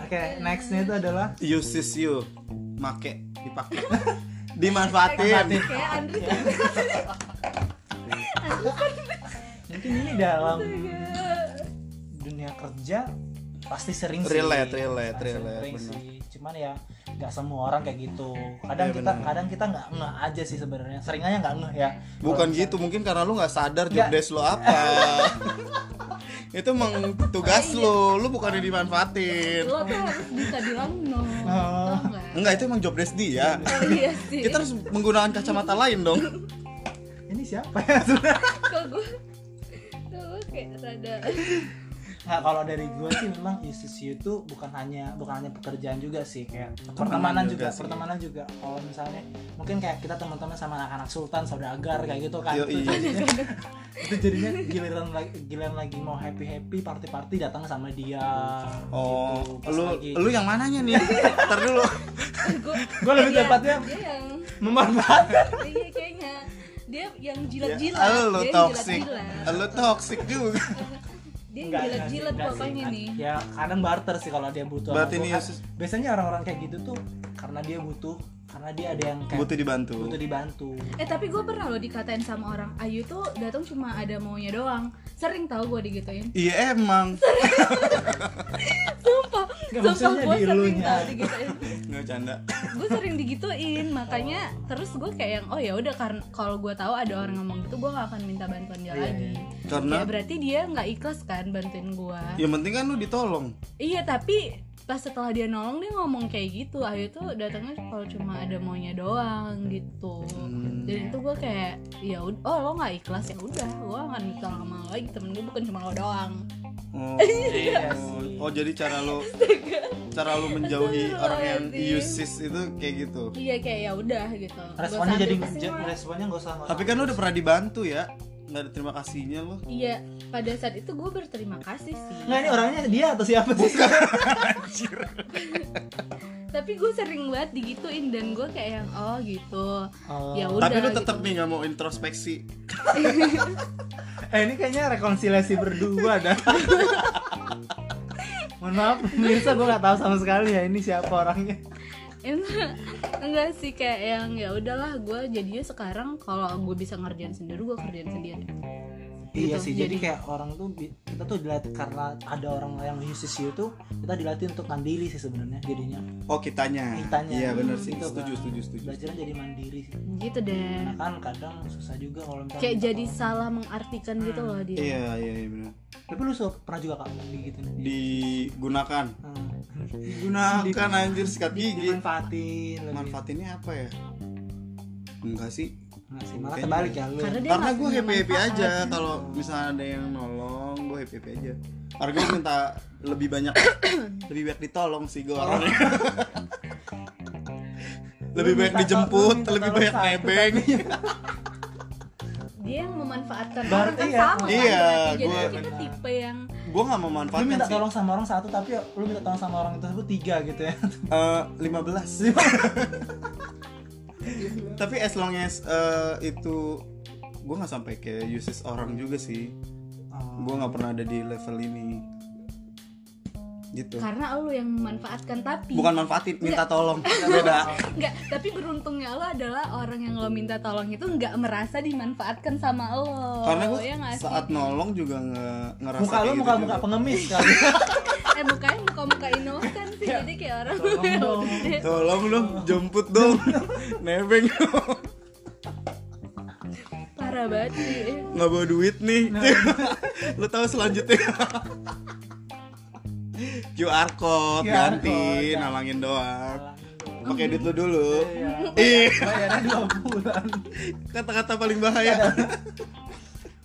S3: Oke, nextnya itu adalah
S1: use is you make dipakai dimanfaatin
S2: kayak Andri tuh
S3: mungkin ini dalam dunia kerja pasti sering sih.
S1: Relate, relate,
S3: Pasti
S1: relate,
S3: sering
S1: benar.
S3: sih. cuman ya nggak semua orang kayak gitu kadang
S1: Iya,
S3: kita
S1: benar.
S3: kadang kita nggak ngeh aja sih sebenarnya sering aja nggak ngeh ya
S1: bukan
S3: Kalau
S1: gitu mungkin karena lu nggak sadar
S3: Nggak.
S1: job desk lu apa itu emang tugas
S2: Iya.
S1: lu lu bukan yang dimanfaatin
S2: lo tuh harus bisa bilang no
S3: Oh.
S2: tau nggak?
S1: enggak itu emang job desk dia
S2: oh iya sih
S1: kita harus menggunakan kacamata lain dong
S3: misalnya, ini siapa ya Sebenarnya.
S2: kalau gue kalau gue kayak rada
S3: Nah, kalau dari gue sih memang E ICCU itu bukan hanya bukan hanya pekerjaan juga sih kayak pertemanan juga,
S1: Hmm. juga sih.
S3: pertemanan juga. Kalau misalnya mungkin kayak kita teman-teman sama anak-anak Sultan, saudagar kayak gitu kan.
S1: Yoi.
S3: Itu jadinya, itu jadinya giliran lagi giliran lagi mau happy happy party party datang sama dia.
S1: oh
S3: gitu. Pas
S1: lu
S3: lagi-
S1: lu yang mananya nih ntar dulu
S2: gue
S3: Gua lebih tepatnya
S2: Iya, dia yang
S3: memanfaatkan.
S2: iya kayaknya dia yang jilat-jilat
S1: Ya,
S2: dia
S1: lu
S2: yang
S1: toxic
S2: jilat-jilat.
S1: lu toxic juga
S3: Kan.
S2: dia
S3: Enggak, enggak sih,
S2: jilat-jilat
S3: enggak sih.
S2: pokoknya nih
S3: Ya kadang barter sih kalau dia butuh. sama
S1: Berarti
S3: gua.
S1: ini ya,
S3: Kan
S1: Yesus-
S3: Biasanya orang-orang kayak gitu tuh karena dia butuh, karena dia ada yang kayak
S1: butuh dibantu
S3: butuh dibantu.
S2: eh tapi gue pernah loh dikatain sama orang Ayu tuh datang cuma ada maunya doang sering tau gue digituin
S1: iya emang
S2: sumpah
S3: Enggak,
S2: sumpah
S3: maksudnya
S2: gue
S3: di
S2: sering
S3: elunya.
S2: tau digituin
S1: nggak canda
S2: gue sering digituin makanya terus gue kayak yang oh ya udah karena kalau gue tahu ada orang ngomong gitu gue gak akan minta bantuan dia
S3: Iya,
S2: lagi
S1: karena
S2: ya berarti dia nggak ikhlas kan bantuin gue
S3: Iya.
S1: yang penting kan lu ditolong
S2: iya tapi pas setelah dia nolong dia ngomong kayak gitu ayo tuh datangnya kalau cuma ada maunya doang gitu
S1: Hmm.
S2: dan itu gue kayak ya ud- oh lo nggak ikhlas ya udah gue akan minta sama lo lagi temen gue bukan cuma lo doang
S1: Oh,
S3: Iya
S1: oh,
S3: sih.
S1: oh, jadi cara lo cara lo menjauhi
S2: Astagfirullahaladzim.
S1: orang yang uses itu kayak gitu.
S2: iya kayak ya udah gitu Gua
S3: responnya jadi
S2: sambil kesini,
S3: je-
S2: Mas.
S3: responnya nggak usah
S1: Tapi kan lo udah pernah dibantu ya, nggak ada terima kasihnya lo.
S2: iya pada saat itu gue berterima kasih sih
S3: nggak ini orangnya dia atau siapa sih
S2: tapi gue sering banget digituin dan gue kayak yang oh gitu
S3: Oh.
S2: ya udah
S1: Tapi lo tetap
S2: gitu.
S1: nih nggak mau introspeksi.
S3: eh ini kayaknya rekonsiliasi berdua dah mohon maaf pemirsa gue nggak tahu sama sekali ya ini siapa orangnya
S2: Emang- enggak sih kayak yang ya udahlah gue jadinya sekarang kalau gue bisa ngerjain sendiri gue kerjain sendiri Gitu,
S3: Iya sih, jadi,
S2: jadi-
S3: kayak orang tuh bi- kita tuh dilatih karena ada orang yang uses you tuh kita dilatih untuk mandiri sih sebenarnya jadinya
S1: Oh kitanya.
S3: Kitanya.
S1: Iya benar sih.
S3: Gitu,
S1: Setuju,
S3: Bang.
S1: setuju, setuju.
S3: belajar jadi mandiri sih.
S2: gitu deh
S3: Nah, kan kadang susah juga kalau misalnya
S2: kayak
S3: minta
S2: jadi
S3: tolong.
S2: salah mengartikan gitu loh dia
S1: Iya, iya, iya benar.
S3: tapi lu suka- pernah juga kak gitu
S1: Digunakan.
S2: Hmm.
S1: Gunakan
S3: Digunakan
S1: anjir sikat gigi.
S3: dimanfaatin lebih.
S1: Manfaatinnya apa ya? Enggak sih.
S3: Nggak sih, malah
S1: Kayaknya.
S3: kebalik ya lu
S2: karena dia
S1: Karena
S2: nggak
S1: gue
S2: punya
S1: happy happy
S2: manfaat.
S1: aja. Kalau misalnya ada yang nolong, gue happy happy aja. Karena gue minta lebih banyak, lebih banyak ditolong sih
S3: Oh.
S1: gue orangnya. lebih
S3: Lu
S1: banyak
S3: minta-
S1: dijemput,
S3: lu minta
S1: lebih
S3: tolong
S1: banyak
S3: satu,
S1: nebeng.
S2: dia yang memanfaatkan
S3: Bar-
S2: orang kan
S3: iya.
S2: sama kan
S1: Iya,
S2: berarti. jadi
S1: gua-
S2: kita
S3: benar.
S2: tipe yang
S1: gue nggak mau
S3: lu
S1: manfaatkan
S3: minta
S1: sih.
S3: tolong sama orang satu tapi lu minta tolong sama orang tersebut tiga gitu ya
S1: Eh, Lima belas. Tapi as long as eh, itu gue nggak sampai kayak uses orang juga sih
S3: Oh.
S1: gue nggak pernah ada di level ini gitu
S2: karena lo yang memanfaatkan tapi
S1: bukan manfaatin minta tolong beda
S2: Enggak, Oh, iya tapi beruntungnya lo adalah orang yang lo minta tolong itu nggak merasa dimanfaatkan sama lo.
S1: karena gue
S2: ya nggak sih?
S1: saat nolong juga nge- ngerasa
S3: muka lu
S1: kayak gitu
S3: muka muka
S1: juga.
S3: pengemis kali ya.
S2: Eh mukanya muka-muka inosan sih,
S1: Iya.
S2: jadi kayak orang
S3: Tolong dong.
S1: tolong dong jemput dong nebeng dong.
S2: parah banget sih.
S1: nggak bawa duit nih
S3: Nah.
S1: lu tahu selanjutnya QR code
S3: QR
S1: ganti
S3: code, ya.
S1: nalangin doang pakai duit lu dulu
S3: Iya.
S1: ih
S3: bayarnya dua bulan
S1: kata-kata paling
S3: Iya.
S1: bahaya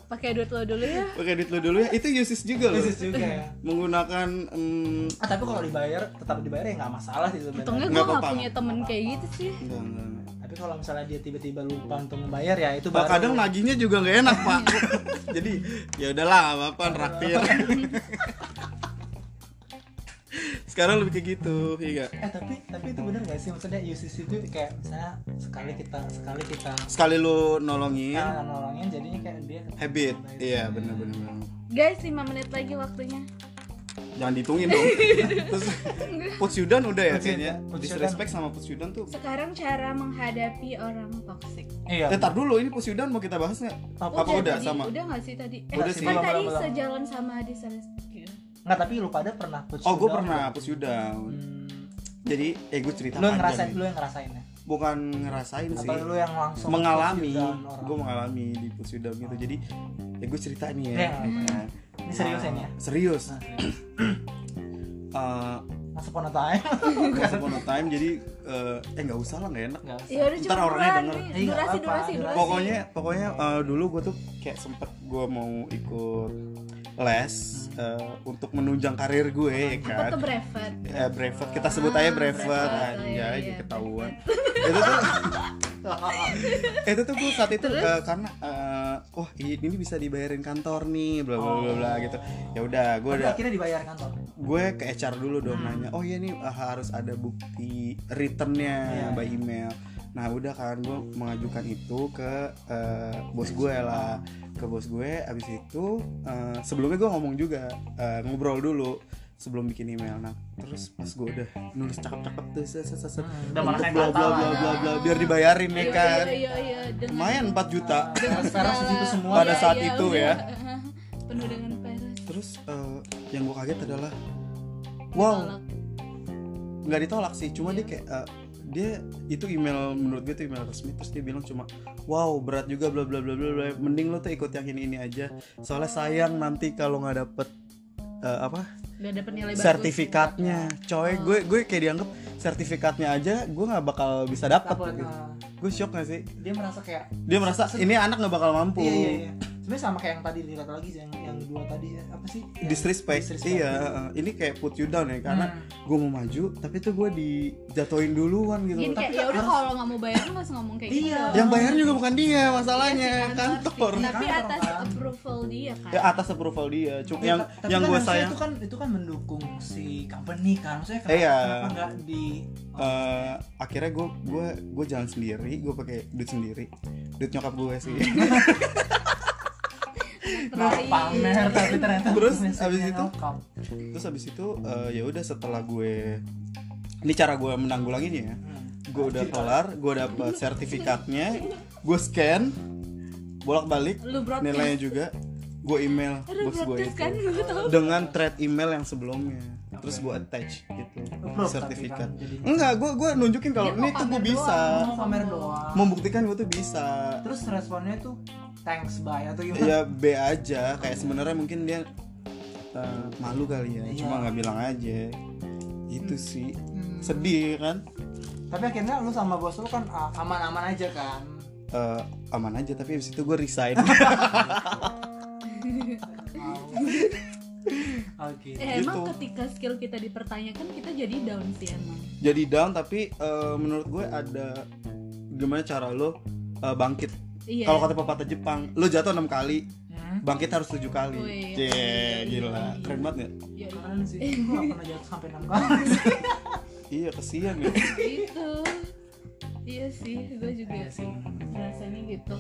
S2: Pakai duit lo dulu ya.
S1: pakai duit lu dulu ya itu uses juga loh
S3: Krisis juga ya
S1: menggunakan em,
S3: ah, tapi kalau dibayar tetap dibayar ya nggak masalah sih
S2: Untungnya
S3: sebenarnya
S2: gue
S1: Nggak
S2: nggak
S1: apa-apa.
S2: punya temen kayak gitu sih.
S1: enggak, enggak, enggak.
S3: tapi kalau misalnya dia tiba-tiba lupa untuk membayar ya itu
S1: Pak,
S3: baru-
S1: kadang nagihnya juga nggak enak pak jadi ya udahlah apa raktir sekarang lebih kayak gitu iya nggak?
S3: eh tapi tapi itu benar gak sih maksudnya UCC itu kayak misalnya sekali kita sekali kita
S1: sekali lu nolongin
S3: kanan orangnya jadinya kayak dia
S1: habit iya bener bener bener.
S2: Guys, 5 menit lagi waktunya.
S1: jangan dihitungin dong terus Putsyudan udah ya kayaknya
S3: Putsyudan.
S1: disrespect sama Putsyudan tuh
S2: Sekarang cara menghadapi orang toksik.
S3: iya
S1: Eh, tar dulu ini Putsyudan mau kita bahas nggak?
S3: Apa?
S1: Apa udah
S2: tadi?
S1: sama?
S2: Udah nggak sih tadi? Eh,
S1: Udah
S2: kan
S1: sih.
S2: tadi
S3: Belum, belum, belum.
S2: sejalan sama disrespect.
S3: nggak tapi lu pada pernah putus
S1: Oh, gue
S3: down?
S1: pernah Putsyudan.
S3: Hmm,
S1: Jadi, eh gue cerita
S3: lu
S1: panjang
S3: yang ngerasain
S1: nih.
S3: lu yang ngerasainnya
S1: Bukan ngerasain sih.
S3: atau lu yang langsung
S1: mengalami
S3: push down orang?
S1: gue mengalami di pusudam gitu jadi ya gue cerita nih ya
S3: Iya. ini serius ini ya
S1: serius
S3: Nah, serius.
S1: Eh,
S3: Once upon a time
S1: once upon a time jadi eh, eh nggak usah lah nggak enak
S3: nggak usah
S2: Ya udah
S1: Ntar
S2: cepetan
S1: orangnya denger. Iya,
S2: nih.
S3: Ih,
S2: Durasi,
S3: nggak apa-apa.
S2: durasi, durasi.
S1: pokoknya pokoknya eh, dulu gue tuh kayak sempet gue mau ikut les
S3: Hmm.
S1: eh, untuk menunjang karir gue ya
S2: Apa
S1: kan
S2: tuh brevet?
S1: Eh, brevet kita sebut aja
S2: Ah,
S1: brevet
S2: brevet. Iya,
S1: anjay
S2: iya.
S1: ketahuan itu tuh itu tuh gue saat itu eh, karena eh, wah i- ini bisa dibayarin kantor nih bla bla bla bla
S3: Oh.
S1: gitu ya udah gue
S3: Tapi
S1: udah
S3: akhirnya dibayar kan, kantor
S1: gue ke HR dulu dong
S3: Hmm.
S1: nanya oh iya nih eh, harus ada bukti returnnya
S3: Iya.
S1: by email nah udah kan gue mengajukan itu ke eh, bos gue lah ke bos gue abis itu eh, sebelumnya gue ngomong juga eh, ngobrol dulu sebelum bikin email nah terus pas gue udah nulis cakep-cakep tuh set, set, set, set,
S3: Hmm, udah malah
S1: untuk
S3: kayak
S1: bla bla
S3: kata
S1: bla
S3: lah. ya.
S1: bla bla biar dibayarin ya
S2: Iya,
S1: kan
S2: Iya, iya, iya. Dengan- Iya,
S1: lumayan 4 juta
S3: Nah,
S2: dengan
S3: Sekarang
S2: segala-
S3: segitu semua.
S1: Pada saat itu ya.
S2: udah. iya. Penuh dengan peres.
S1: terus eh, yang gue kaget adalah wow
S2: Tolak.
S1: nggak ditolak sih cuma dia kayak eh, dia itu email menurut gue itu email resmi terus dia bilang cuma wow berat juga bla bla bla bla bla mending lo tuh ikut yang ini ini aja soalnya sayang nanti kalau nggak dapet eh, apa
S2: Gak dapet nilai bagus.
S1: sertifikatnya coy gue gue kayak dianggap sertifikatnya aja gue nggak bakal bisa dapet
S3: Takut,
S1: gitu.
S3: nah,
S1: gue shock gak sih
S3: dia merasa kayak
S1: dia merasa ini anak nggak bakal mampu
S3: iya iya iya sebenarnya sama kayak yang tadi dilihat lagi yang yang dua tadi ya, apa sih Yang-
S1: disrespect,
S3: disrespect. Hmm.
S1: iya eh, ini kayak put you down ya karena gue mau maju tapi tuh gue dijatuhin duluan gitu
S2: Gini kayak, ya udah kalau nggak mau bayar lu nggak usah ngomong kayak gitu.
S3: Iya.
S1: yang bayar juga bukan dia
S2: Iya
S1: masalahnya
S2: sih,
S1: kantor
S2: sih. Tapi
S3: Kantor,
S2: atas
S3: kan.
S2: approval dia kan.
S1: ya atas approval dia cuma
S3: Tapi-
S1: yang
S3: tapi
S1: yang
S3: kan
S1: gue
S3: harusnya
S1: sayang
S3: itu kan itu kan mendukung si company kan maksudnya kenapa,
S1: Iya.
S3: kenapa nggak di kan-
S1: eh, akhirnya gue gue gue jalan sendiri gue pakai duit sendiri duit nyokap gue sih
S3: Hmm. Kenapa
S2: Terakhir.
S3: pamer tapi ternyata
S1: Terus,
S3: prinsipnya
S1: abis itu?
S3: nyokap.
S1: terus habis itu eh, ya udah setelah gue ini cara gue menanggulanginya ya
S3: Hmm.
S1: gue udah kelar gue dapet sertifikatnya gue scan bolak balik
S2: Lu broadcast.
S1: nilainya juga gue email
S2: Aduh,
S1: bos gue
S2: broadcast
S1: itu
S2: kan gue tau.
S1: dengan thread email yang sebelumnya terus gue attach gitu
S3: Approve tapi
S1: sertifikat
S3: kan jadinya.
S1: enggak gue gue nunjukin kalau
S2: Dia
S1: ini
S2: mau
S1: tuh gue
S2: pamer
S1: bisa
S2: Ya, doang.
S3: mau pamer doang
S1: membuktikan gue tuh bisa
S3: terus responnya tuh thanks bye atau gimana
S1: ya B aja kayak sebenarnya mungkin dia eh, malu kali ya
S3: Iya. Hmm.
S1: cuma nggak bilang aja itu sih sedih kan
S3: tapi akhirnya lu sama bos lu kan ah, aman-aman aja kan
S1: Eh, aman aja tapi abis itu gue resign
S3: Mau. oke
S2: Eh, emang
S1: Gitu.
S2: ketika skill kita dipertanyakan kita jadi down sih emang.
S1: jadi down tapi eh, menurut gue ada gimana cara lo eh, bangkit
S2: Iya.
S1: kalau kata pepatah Jepang lo jatuh enam kali
S3: Hmm,
S1: bangkit harus tujuh kali
S2: Wih,
S1: Cie,
S2: Oh, iya, iya,
S1: gila
S2: iya.
S1: keren banget nggak?
S2: Ya,
S3: keren sih gua gak pernah jatuh sampai enam kali
S1: iya kesian ya
S2: gitu. Iya sih, gue juga
S3: Iya sih.
S2: rasanya gitu.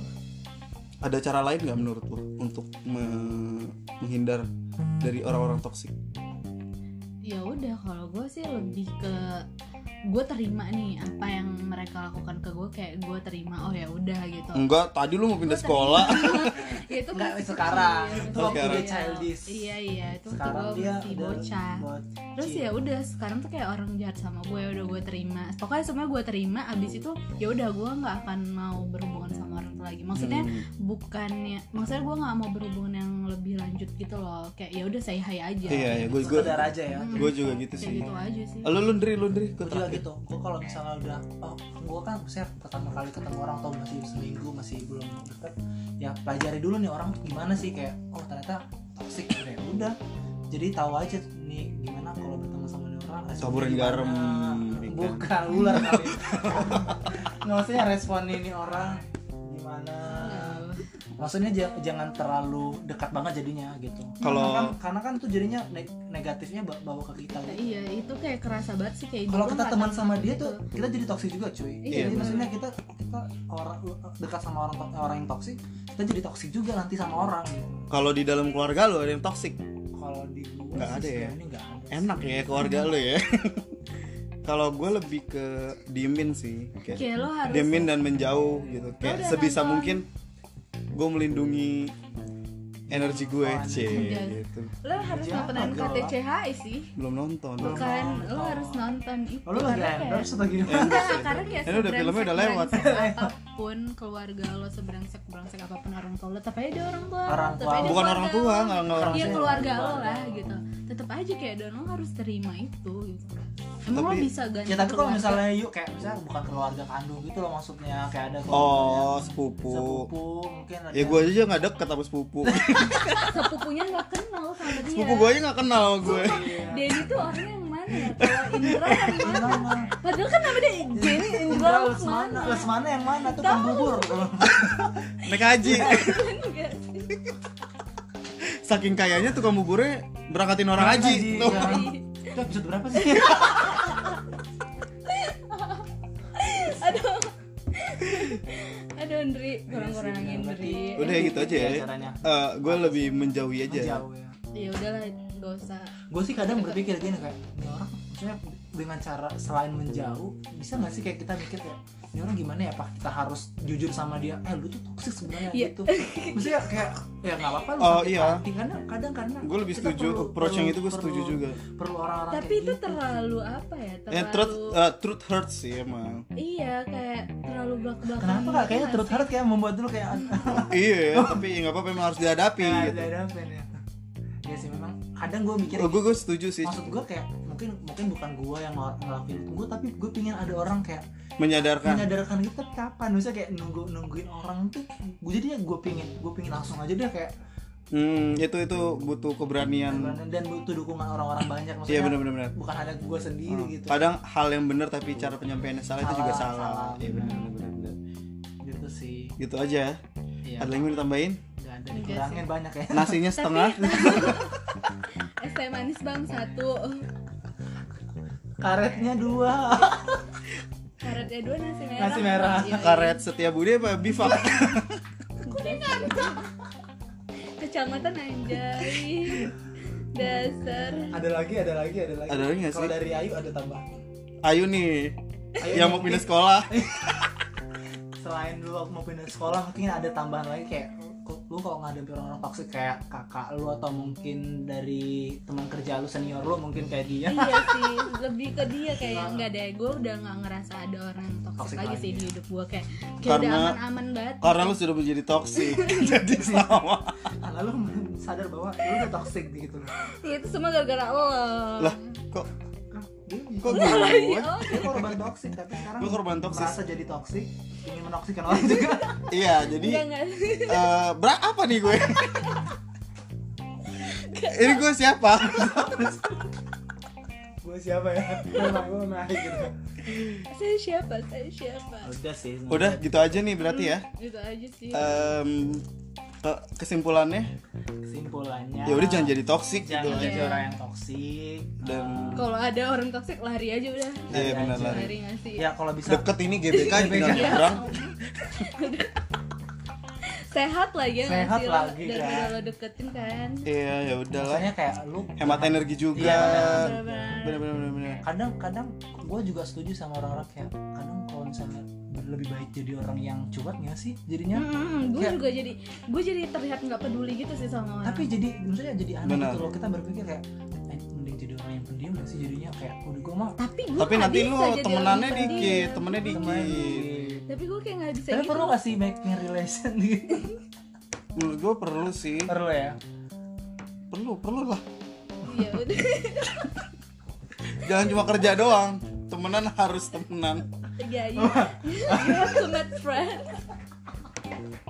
S1: ada cara lain nggak menurut lo untuk me- menghindar dari orang-orang toksik
S2: ya udah kalau gue sih lebih ke gue terima nih apa yang mereka lakukan ke gue kayak gue terima oh ya udah gitu
S1: enggak tadi lu mau pindah Hmm, sekolah
S2: ya itu
S3: Nggak,
S2: masih
S3: sekarang.
S2: kecil.
S3: Itu
S1: waktu
S2: Iya.
S3: dia childish.
S2: iya iya itu waktu
S3: sekarang
S2: gue
S3: dia
S2: masih
S3: udah
S2: bocah
S3: bocil.
S2: terus ya udah sekarang tuh kayak orang jahat sama gue udah gue terima pokoknya semua gue terima abis itu ya udah gue nggak akan mau berhubungan sama orang itu lagi maksudnya
S1: Hmm.
S2: bukannya maksudnya gue nggak mau berhubungan yang lebih lanjut gitu loh kayak ya udah saya hai aja Hmm,
S1: iya ya gue gue
S3: sekedar aja ya
S1: gue juga gitu
S2: kayak
S1: sih
S2: gitu aja sih
S1: lu lu ndri lu ndri gue
S3: gue juga
S2: Iya,
S3: gitu gue kalau misalnya udah oh gue kan saya pertama kali ketemu orang atau masih seminggu masih belum deket ya pelajari dulu nih orang tuh gimana sih kayak oh ternyata toxic gitu ya udah jadi tahu aja tuh nih gimana kalau bertemu sama nih orang responnya
S1: Taburin
S3: gimana.
S1: garam, kan. ikan.
S3: bukan ular kali nggak maksudnya respon ini orang gimana maksudnya ja- jangan terlalu dekat banget jadinya gitu
S1: Kalau-
S3: karena kan, karena kan tuh jadinya neg- negatifnya ba- bawa ke kita
S2: Nah,
S3: gitu
S2: iya itu kayak kerasa banget sih kayak
S3: kalau
S2: hidup
S3: kita
S2: gua
S3: teman
S2: nggak
S3: sama
S2: tenang
S3: dia
S2: gitu.
S3: tuh kita jadi toksik juga cuy
S2: Iya,
S3: jadi
S2: bener.
S3: maksudnya kita kita orang dekat sama orang to- orang yang toksik kita jadi toksik juga nanti sama orang gitu
S1: kalau di dalam keluarga lu ada yang toksik
S3: kalau di gua
S1: Nggak
S3: sih
S1: ada ya?
S3: sejauh ini nggak ada
S1: enak ya keluarga lu ya kalau gue lebih ke diemin sih kayak
S2: kayak lo harus
S1: diemin dan menjauh gitu kayak
S2: udah
S1: sebisa
S2: nonton.
S1: mungkin gue melindungi energi gue
S3: Oh,
S1: cie
S2: iya.
S1: gitu
S2: lo harus
S3: Jangan
S2: nontonin
S3: dong.
S2: KTCHI sih
S1: belum nonton
S2: bukan lo
S3: nonton.
S2: harus nonton itu
S3: Oh, lu lagi
S2: karena kayak
S3: endorse atau gimana
S2: Enggak, karena kayak
S1: Ini udah filmnya udah lewat.
S2: sebrengsek-brengsek apapun keluarga lo sebrengsek brengsek apapun orang tua lo tapi aja dia orang tua lo,
S3: Orang
S2: tetap
S3: tua.
S2: aja dia
S1: bukan
S2: keluarga
S1: orang tua
S2: lo.
S1: nggak nggak orang
S2: Iya
S3: tua.
S2: keluarga lo
S3: Keluarga.
S2: lah gitu tetap aja kayak dan lo harus terima itu gitu emang lo
S1: Tapi-
S2: bisa ganti
S3: ya tapi kalau
S2: keluarga?
S3: misalnya yuk kayak misalnya bukan keluarga kandung gitu loh maksudnya kayak ada
S1: oh
S3: keluarga
S1: sepupu
S3: sepupu mungkin ada
S1: ya gue aja nggak deket sama sepupu
S2: sepupunya nggak kenal sama dia
S1: sepupu gue aja nggak kenal sama gue
S2: Denny tuh orangnya yang mana ya? Kalau Indra yang mana?
S3: Indra Nah, mana?
S2: Padahal kan namanya Denny Indra
S3: Indra
S2: Lesmana.
S3: Lesmana Lesmana yang mana tuh
S2: Tahu.
S3: kan bubur
S1: naik haji
S2: Enggak sih.
S1: saking kayanya tukang buburnya berangkatin orang haji tuh
S3: Iya. Itu episode berapa sih
S2: Aduh. Aduh Indri, kurang-kurangin Indri.
S1: udah ya gitu aja ya
S3: Iya, caranya.
S1: gue lebih menjauhi aja
S3: jauh ya
S2: Ya udahlah, nggak usah.
S3: gue sih kadang berpikir gini kayak ini orang maksudnya dengan cara selain menjauh bisa nggak sih kayak kita mikir kayak ini orang gimana ya pak kita harus jujur sama dia eh lu tuh toksik sebenarnya
S2: Iya.
S3: gitu maksudnya kayak ya nggak apa-apa lu
S1: Oh,
S3: sakit
S1: iya.
S3: hati kadang kadang karena
S1: gue lebih
S3: kita
S1: setuju
S3: perlu-
S1: approach yang
S3: perlu-
S1: itu gue setuju
S3: perlu-
S1: juga
S3: perlu orang-orang
S2: Tapi
S3: kayak
S2: itu
S3: gitu.
S2: terlalu apa ya?
S1: ya truth
S2: Terlalu
S1: eh, truth hurts sih emang
S2: Iya, kayak terlalu belak-belakan.
S3: kenapa nggak kayaknya terus harus kayak membuat dulu kayak
S1: iya tapi nggak apa-apa emang harus dihadapi
S3: Nah,
S1: gitu.
S3: ada apa ya ya sih memang kadang gue mikir
S1: gue gue setuju sih
S3: Gitu. maksud gue kayak mungkin mungkin bukan gue yang ngel- ngelakuin itu gue tapi gue pingin ada orang kayak
S1: menyadarkan
S3: menyadarkan gitu tapi kapan misalnya kayak nunggu nungguin orang tuh gue jadinya gue pingin gue pingin langsung aja deh kayak
S1: hmm, itu itu butuh keberanian
S3: dan butuh dukungan orang-orang banyak maksudnya
S1: iya benar-benar
S3: bukan hanya gue sendiri gitu
S1: Hmm. kadang hal yang benar tapi cara penyampaiannya salah, itu juga
S3: Salah,
S1: salah
S3: salah.
S1: iya benar-benar benar.
S3: gitu sih
S1: gitu aja
S3: iya
S1: ada lagi mau ditambahin
S3: nggak ada
S2: Enggak
S3: dikurangin banyak ya
S1: nasinya setengah
S2: Es teh manis bang satu,
S3: karetnya dua
S2: karetnya ya dua nasi merah.
S3: Nasi merah.
S2: Iya, iya.
S1: karet setia budi apa bifak
S2: Kecamatan Anjay. Dasar.
S3: ada lagi ada lagi ada lagi
S1: Ada lagi nggak
S3: kalau
S1: sih?
S3: dari Ayu ada tambahan
S1: ayu nih
S3: Ayu
S1: yang mau
S3: mungkin
S1: pindah sekolah
S3: selain lu mau pindah sekolah mungkin ada tambahan lagi kayak lu- lu kalau ngadepin orang-orang toksik kayak kakak lu atau mungkin dari teman kerja lu senior lu mungkin kayak
S1: Ya.
S3: dia
S2: iya sih lebih ke dia kayak enggak deh gue udah nggak ngerasa ada orang toksik
S3: Toxic
S2: lagi
S3: lagi.
S2: sih di hidup gue kayak kayak
S1: ya.
S2: udah
S1: Karena-
S2: aman-aman banget
S1: karena lu sudah menjadi toksik jadi sama
S3: karena lu sadar bahwa lu udah toxic gitu loh
S2: Ya, itu semua gara-gara lo
S1: lah kok
S3: Ah, dia
S1: kok
S2: Lah, lah,
S1: gue
S2: iya, oh.
S3: dia korban toxic tapi sekarang
S1: Gua korban toxic.
S3: merasa jadi toxic ingin menoksikan orang juga
S1: iya jadi
S2: Enggak, enggak.
S1: eh berapa nih gue? Ini gue siapa?
S3: gue siapa ya nama gue naik gitu
S2: saya siapa saya siapa
S3: udah sih
S1: Udah gitu aja nih berarti ya.
S2: itu aja sih
S1: Em, ke- kesimpulannya,
S3: kesimpulannya
S1: ya udah jangan jadi toksik gitu
S3: jangan jadi
S1: aja.
S3: orang yang toxic
S1: Dan
S2: kalau ada orang toksik lari aja udah
S3: Eh,
S1: iya benar
S3: aja.
S1: lari. Ya.
S2: lari nggak sih
S3: ya kalau bisa
S1: Deket ini GBK tinggal nyebrang.
S2: sehat lagi ya
S3: Sehat
S2: nggak sih?
S3: lagi,
S2: lo, daripada
S3: kan?
S2: lo deketin kan
S1: Iya, ya udahlah.
S3: Maksudnya kayak lu
S1: Hemat energi juga.
S3: Iya,
S1: bener bener bener bener.
S3: Kan kadang-kadang gue juga setuju sama orang-orang kayak kadang kalau misalnya lebih baik jadi orang yang cuek nggak sih jadinya
S2: gue
S1: Ya.
S3: Kayak-
S2: juga jadi gue jadi terlihat nggak peduli gitu sih sama orang
S3: tapi jadi maksudnya jadi aneh
S1: Benar.
S3: gitu loh kita berpikir kayak eh, mending jadi orang yang pendiam nggak sih jadinya kayak udah gue mah
S2: tapi gue
S1: Tapi nanti lu temenannya
S2: dikit
S1: dikit, temennya
S3: teman
S1: dikit.
S2: tapi gue kayak nggak bisa
S3: tapi
S2: gitu
S3: perlu nggak sih making relation gitu
S1: Menurut gue perlu sih,
S3: perlu ya
S1: perlu perlu lah.
S2: Iya, udah
S1: Jangan cuma kerja doang. Temenan harus temenan.
S2: ya ya you have to meet friend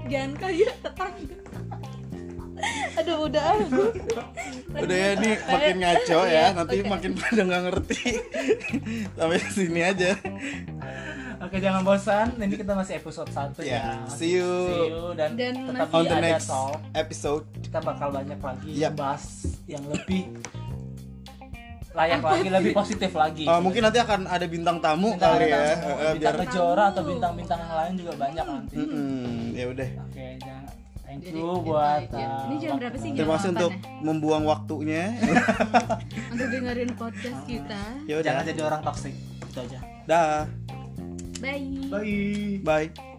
S2: jangan kayak tetangga aduh udah ah, gua.
S1: Udah ya
S3: Eh,
S1: nih
S2: Capek.
S1: makin ngaco ya,
S2: Iya,
S1: nanti
S2: oke.
S1: makin pada nggak ngerti. Sampai sini aja.
S3: Iya, oke jangan bosan ini kita masih episode 1
S1: Ya,
S3: ya
S1: see you.
S3: See you dan,
S2: Dan
S3: tetap
S1: on
S2: masih
S1: the
S3: ada
S1: next
S3: talk
S1: episode.
S3: kita bakal banyak lagi
S1: Yap.
S3: bahas yang lebih layak lagi lebih positif lagi
S1: Eh, mungkin nanti akan ada bintang tamu
S3: Iya, bintang
S1: kali ya,
S3: bintang,
S1: eh, eh,
S3: bintang
S1: biar.
S3: kejora atau bintang-bintang yang lain juga banyak nanti
S1: Mm-mm, ya udah.
S3: oke jangan thank
S2: Jadi,
S3: you
S2: itu
S3: buat
S2: aja.
S3: uh,
S2: ini jam berapa sih jam
S1: Terima kasih untuk
S2: 8 ya?
S1: membuang waktunya.
S2: untuk dengerin podcast kita
S1: ya
S3: jangan
S1: udah.
S3: jadi orang toksik itu aja
S1: Dah.
S2: bye
S3: bye
S1: Bye.